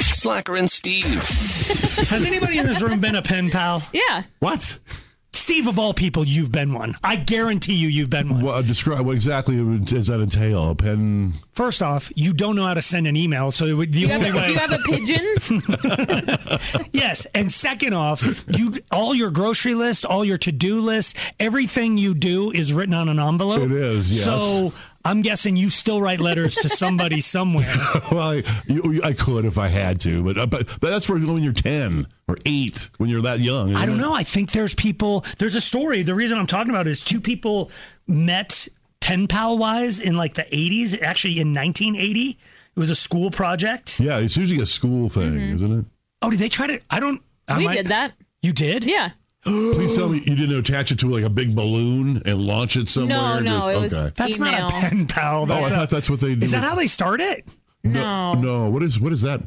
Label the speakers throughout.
Speaker 1: Slacker and Steve.
Speaker 2: Has anybody in this room been a pen pal?
Speaker 3: Yeah.
Speaker 4: What?
Speaker 2: Steve, of all people, you've been one. I guarantee you, you've been one.
Speaker 4: Well, uh, describe what exactly does that entail? A pen?
Speaker 2: First off, you don't know how to send an email, so it would, the
Speaker 3: Do you, have
Speaker 2: only
Speaker 3: a, do
Speaker 2: way.
Speaker 3: you have a pigeon?
Speaker 2: yes, and second off, you all your grocery list, all your to do list, everything you do is written on an envelope.
Speaker 4: It is, yes.
Speaker 2: So I'm guessing you still write letters to somebody somewhere.
Speaker 4: Well, I, you, you- I could if I had to, but uh, but but that's for when you're ten or eight, when you're that young.
Speaker 2: I
Speaker 4: isn't
Speaker 2: don't
Speaker 4: it?
Speaker 2: know. I think there's people. There's a story. The reason I'm talking about is two people met pen pal wise in like the 80s. Actually, in 1980, it was a school project.
Speaker 4: Yeah, it's usually a school thing, isn't it?
Speaker 2: Oh, did they try to? I don't. I
Speaker 3: we
Speaker 2: might-
Speaker 3: did that.
Speaker 2: You did?
Speaker 3: Yeah.
Speaker 4: Please tell me you didn't attach it to like a big balloon and launch it somewhere.
Speaker 3: No,
Speaker 4: to-
Speaker 3: no, it was-
Speaker 2: That's
Speaker 3: Email.
Speaker 2: not a pen pal.
Speaker 4: Oh, I
Speaker 2: That's
Speaker 4: thought
Speaker 2: a,
Speaker 4: that's what they do.
Speaker 2: is that
Speaker 4: with-
Speaker 2: how they start it?
Speaker 4: No, no. What is what is that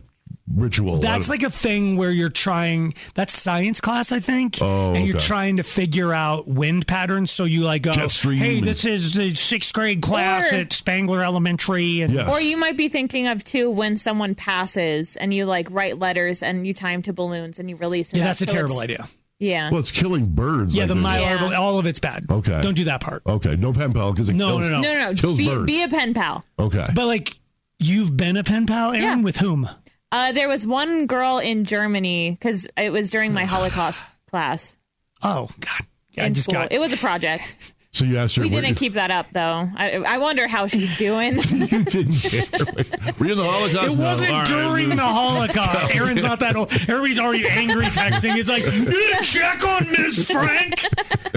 Speaker 4: ritual?
Speaker 2: That's
Speaker 4: I
Speaker 2: like a thing where you're trying. That's science class, I think.
Speaker 4: Oh,
Speaker 2: and you're
Speaker 4: okay.
Speaker 2: trying to figure out wind patterns. So you like go,
Speaker 4: Jet stream
Speaker 2: hey,
Speaker 4: and-
Speaker 2: this is the sixth grade class
Speaker 3: Or-
Speaker 2: at Spangler Elementary, and
Speaker 4: don't- yes.
Speaker 3: Or you might be thinking of too when someone passes and you like write letters and you time to balloons and you release. it
Speaker 2: yeah,
Speaker 3: up.
Speaker 2: that's a
Speaker 3: So
Speaker 2: terrible
Speaker 3: it's-
Speaker 2: idea.
Speaker 3: Yeah.
Speaker 4: Well, it's killing birds.
Speaker 2: Yeah,
Speaker 4: like
Speaker 2: the
Speaker 4: this.
Speaker 2: mylar,
Speaker 3: Yeah.
Speaker 2: all of it's bad.
Speaker 4: Okay.
Speaker 2: don't do that part.
Speaker 4: Okay, no pen pal because it
Speaker 2: No,
Speaker 4: kills.
Speaker 2: no,
Speaker 3: no, no, no.
Speaker 4: Kills
Speaker 3: Be,
Speaker 4: birds.
Speaker 3: be a pen pal.
Speaker 4: Okay,
Speaker 2: But like, you've been a pen pal, Aaron,
Speaker 3: Yeah.
Speaker 2: with whom?
Speaker 3: Uh, there was one girl in Germany because it was during my Holocaust class
Speaker 2: Oh God,
Speaker 3: in
Speaker 2: I just
Speaker 3: school.
Speaker 2: got.
Speaker 3: It was a project.
Speaker 4: so you asked her.
Speaker 3: We
Speaker 4: what-
Speaker 3: didn't keep that up though. I, I wonder how she's doing.
Speaker 4: you didn't care. Were you in the Holocaust?
Speaker 2: It
Speaker 4: No.
Speaker 2: wasn't
Speaker 4: All right,
Speaker 2: during
Speaker 4: dude.
Speaker 2: the Holocaust. Aaron's not that old. Everybody's already angry texting. It's like, you didn't check on Miss Frank.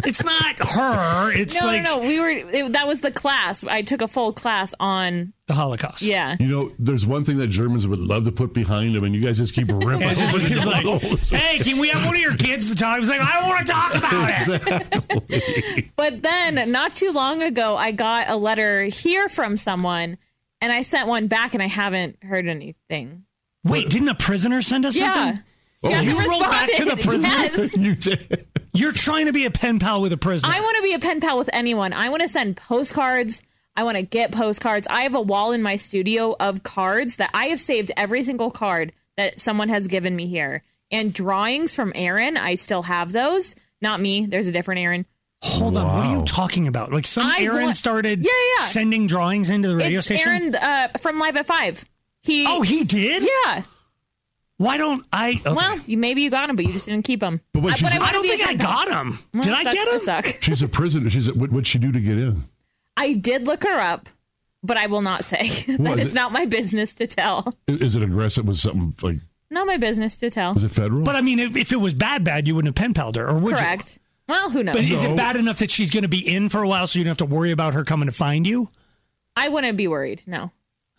Speaker 2: It's not her. It's
Speaker 3: no,
Speaker 2: like
Speaker 3: no, no. We were. It, that was the class. I took a full class on.
Speaker 2: the Holocaust.
Speaker 3: Yeah.
Speaker 4: You know, there's one thing that Germans would love to put behind them, and you guys just keep ripping.
Speaker 2: And just,
Speaker 4: it.
Speaker 2: he's like, hey, can we have one of your kids to talk? He's like, I don't want to talk about it.
Speaker 3: But then, not too long ago, I got a letter here from someone, and I sent one back, and I haven't heard anything.
Speaker 2: Wait, didn't a prisoner send us
Speaker 3: Yeah.
Speaker 2: something? Oh, you rolled back to the
Speaker 3: responded.
Speaker 2: prisoner?
Speaker 3: Yes.
Speaker 4: you did.
Speaker 2: You're trying to be a pen pal with a prisoner.
Speaker 3: I want to be a pen pal with anyone. I want to send postcards. I want to get postcards. I have a wall in my studio of cards that I have saved every single card that someone has given me here. And drawings from Aaron, I still have those. Not me. There's a different Aaron.
Speaker 2: Hold on, what are you
Speaker 4: Wow.
Speaker 2: talking about? Like some
Speaker 3: I
Speaker 2: Aaron
Speaker 3: want-
Speaker 2: started
Speaker 3: Yeah, yeah.
Speaker 2: sending drawings into the radio
Speaker 3: it's
Speaker 2: station.
Speaker 3: Aaron uh, from Live at Five. He.
Speaker 2: oh, he did?
Speaker 3: yeah.
Speaker 2: Why don't I? okay.
Speaker 3: Well, you, maybe you got him, but you just didn't keep him.
Speaker 4: But what
Speaker 3: Uh,
Speaker 4: she's-
Speaker 3: wanna
Speaker 2: I don't
Speaker 3: be a
Speaker 2: think I
Speaker 3: pen pal.
Speaker 2: got him.
Speaker 3: Well,
Speaker 2: did I
Speaker 3: sucks
Speaker 2: get
Speaker 3: to
Speaker 2: him?
Speaker 3: Suck.
Speaker 4: She's a prisoner. She's a, what, what'd she do to get in?
Speaker 3: I did look her up, but I will not say.
Speaker 4: What?
Speaker 3: that is not my business to tell.
Speaker 4: I- Is it aggressive? Was something like
Speaker 3: Not my business to tell.
Speaker 4: was it federal?
Speaker 2: But I mean, if, if it was bad, bad, you wouldn't have pen palled her, or would you?
Speaker 3: Correct. Well, who knows?
Speaker 2: But is
Speaker 4: No.
Speaker 2: it bad enough that she's going to be in for a while, so you don't have to worry about her coming to find you?
Speaker 3: I wouldn't be worried. No.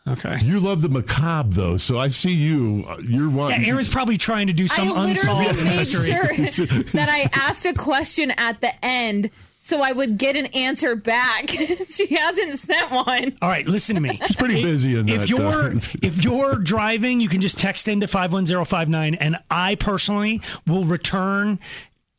Speaker 2: Okay.
Speaker 4: you love the macabre, though, so I see you. uh, You're one.
Speaker 2: Yeah, Aaron's probably trying to do some
Speaker 3: I
Speaker 2: unsolved
Speaker 3: literally made
Speaker 2: mystery.
Speaker 3: sure that I asked a question at the end so I would get an answer back. she hasn't sent one.
Speaker 2: All right, listen to me. She's
Speaker 4: pretty busy in
Speaker 2: if
Speaker 4: that,
Speaker 2: you're
Speaker 4: uh,
Speaker 2: if you're driving, you can just text into five one zero five nine, and I personally will return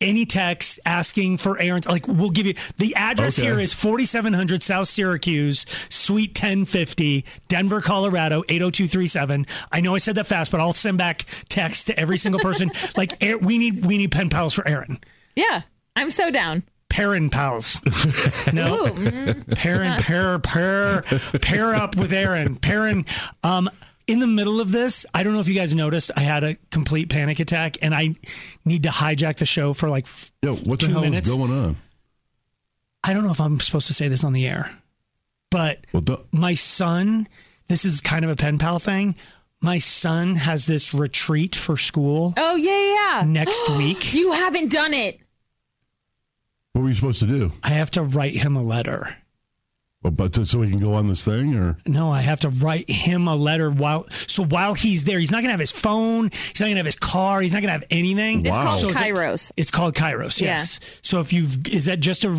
Speaker 2: any text asking for Aaron's. Like we'll give you the address
Speaker 4: Okay.
Speaker 2: here is forty seven hundred South Syracuse, Suite ten fifty, Denver, Colorado eight zero two three seven. I know I said that fast, but I'll send back text to every single person. like Aar- we need we need pen pals for Aaron.
Speaker 3: Yeah. I'm so down.
Speaker 2: Parent pals. No.
Speaker 3: Ooh, mm.
Speaker 2: Pairing, pair, pair, pair up with Aaron. Pairing. Um, in the middle of this, I don't know if you guys noticed, I had a complete panic attack and I need to hijack the show for like f-
Speaker 4: Yo, what the
Speaker 2: two
Speaker 4: hell
Speaker 2: minutes.
Speaker 4: is going on?
Speaker 2: I don't know if I'm supposed to say this on the air, but
Speaker 4: Well, duh.
Speaker 2: my son, this is kind of a pen pal thing. My son has this retreat for school
Speaker 3: Oh yeah, yeah, yeah.
Speaker 2: next week.
Speaker 3: You haven't done it.
Speaker 4: what were you supposed to do?
Speaker 2: I have to write him a letter.
Speaker 4: Oh, But so we can go on this thing, or
Speaker 2: No, I have to write him a letter while so while he's there, he's not gonna have his phone, he's not gonna have his car, he's not gonna have anything.
Speaker 3: It's
Speaker 4: Wow.
Speaker 3: called
Speaker 4: So
Speaker 2: it's like-
Speaker 3: Kairos.
Speaker 2: It's called Kairos,
Speaker 3: Yeah.
Speaker 2: yes. So if you've is that just a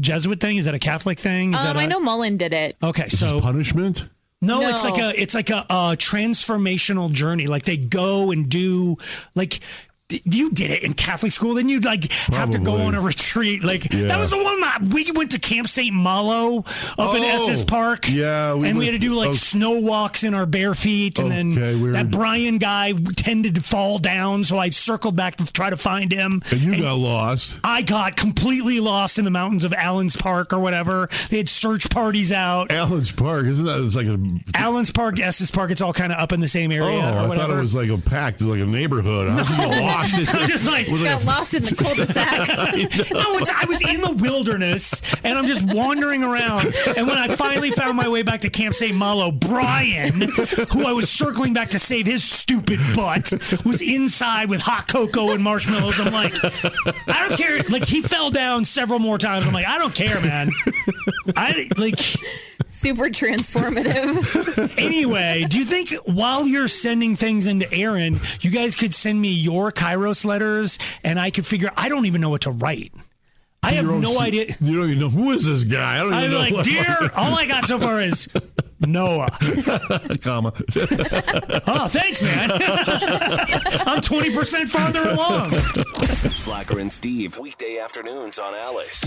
Speaker 2: Jesuit thing? Is that a Catholic thing? Is
Speaker 3: Um,
Speaker 2: that a-
Speaker 3: I know Mullen did it.
Speaker 2: Okay,
Speaker 4: this
Speaker 2: so
Speaker 4: is punishment?
Speaker 2: no, it's
Speaker 3: No.
Speaker 2: like a it's like a, uh transformational journey. Like they go and do like d- you did it in Catholic school, then you'd like have to go
Speaker 4: Probably.
Speaker 2: on a retreat. Like
Speaker 4: Yeah.
Speaker 2: that was the one that we went to Camp St. Malo up in
Speaker 4: Oh,
Speaker 2: Estes Park.
Speaker 4: yeah, we
Speaker 2: and we
Speaker 4: went-
Speaker 2: had to do like
Speaker 4: oh.
Speaker 2: snow walks in our bare feet, and
Speaker 4: Okay,
Speaker 2: then
Speaker 4: we were-
Speaker 2: that Brian guy tended to fall down, so I circled back to try to find him.
Speaker 4: And you got lost.
Speaker 2: I got completely lost in the mountains of Allen's Park or whatever. They had search parties out.
Speaker 4: Allen's Park, isn't that? It's like a.
Speaker 2: Allen's Park, Estes Park, it's all kind of up in the same
Speaker 4: Oh,
Speaker 2: area or
Speaker 4: I
Speaker 2: whatever.
Speaker 4: thought it was like a packed, like a neighborhood. How could you get lost?
Speaker 2: I'm just like, no,
Speaker 3: Got lost in the cul-de-sac.
Speaker 2: it's, I was in the wilderness and I'm just wandering around. And when I finally found my way back to Camp St. Malo, Brian, who I was circling back to save his stupid butt, was inside with hot cocoa and marshmallows. I'm like, I don't care. Like, he fell down several more times. I'm like, I don't care, man. I like.
Speaker 3: Super transformative.
Speaker 2: Anyway, do you think while you're sending things into Aaron, you guys could send me your Kairos letters and I could figure I don't even know what to write. I have
Speaker 4: Your own
Speaker 2: no
Speaker 4: se-
Speaker 2: idea.
Speaker 4: You don't even know who is this guy. I don't even
Speaker 2: I'm
Speaker 4: know.
Speaker 2: like,
Speaker 4: what-
Speaker 2: dear, all I got so far is Noah.
Speaker 4: comma.
Speaker 2: Oh, thanks, man. I'm 20% farther along.
Speaker 1: Slacker and Steve, weekday afternoons on Alice.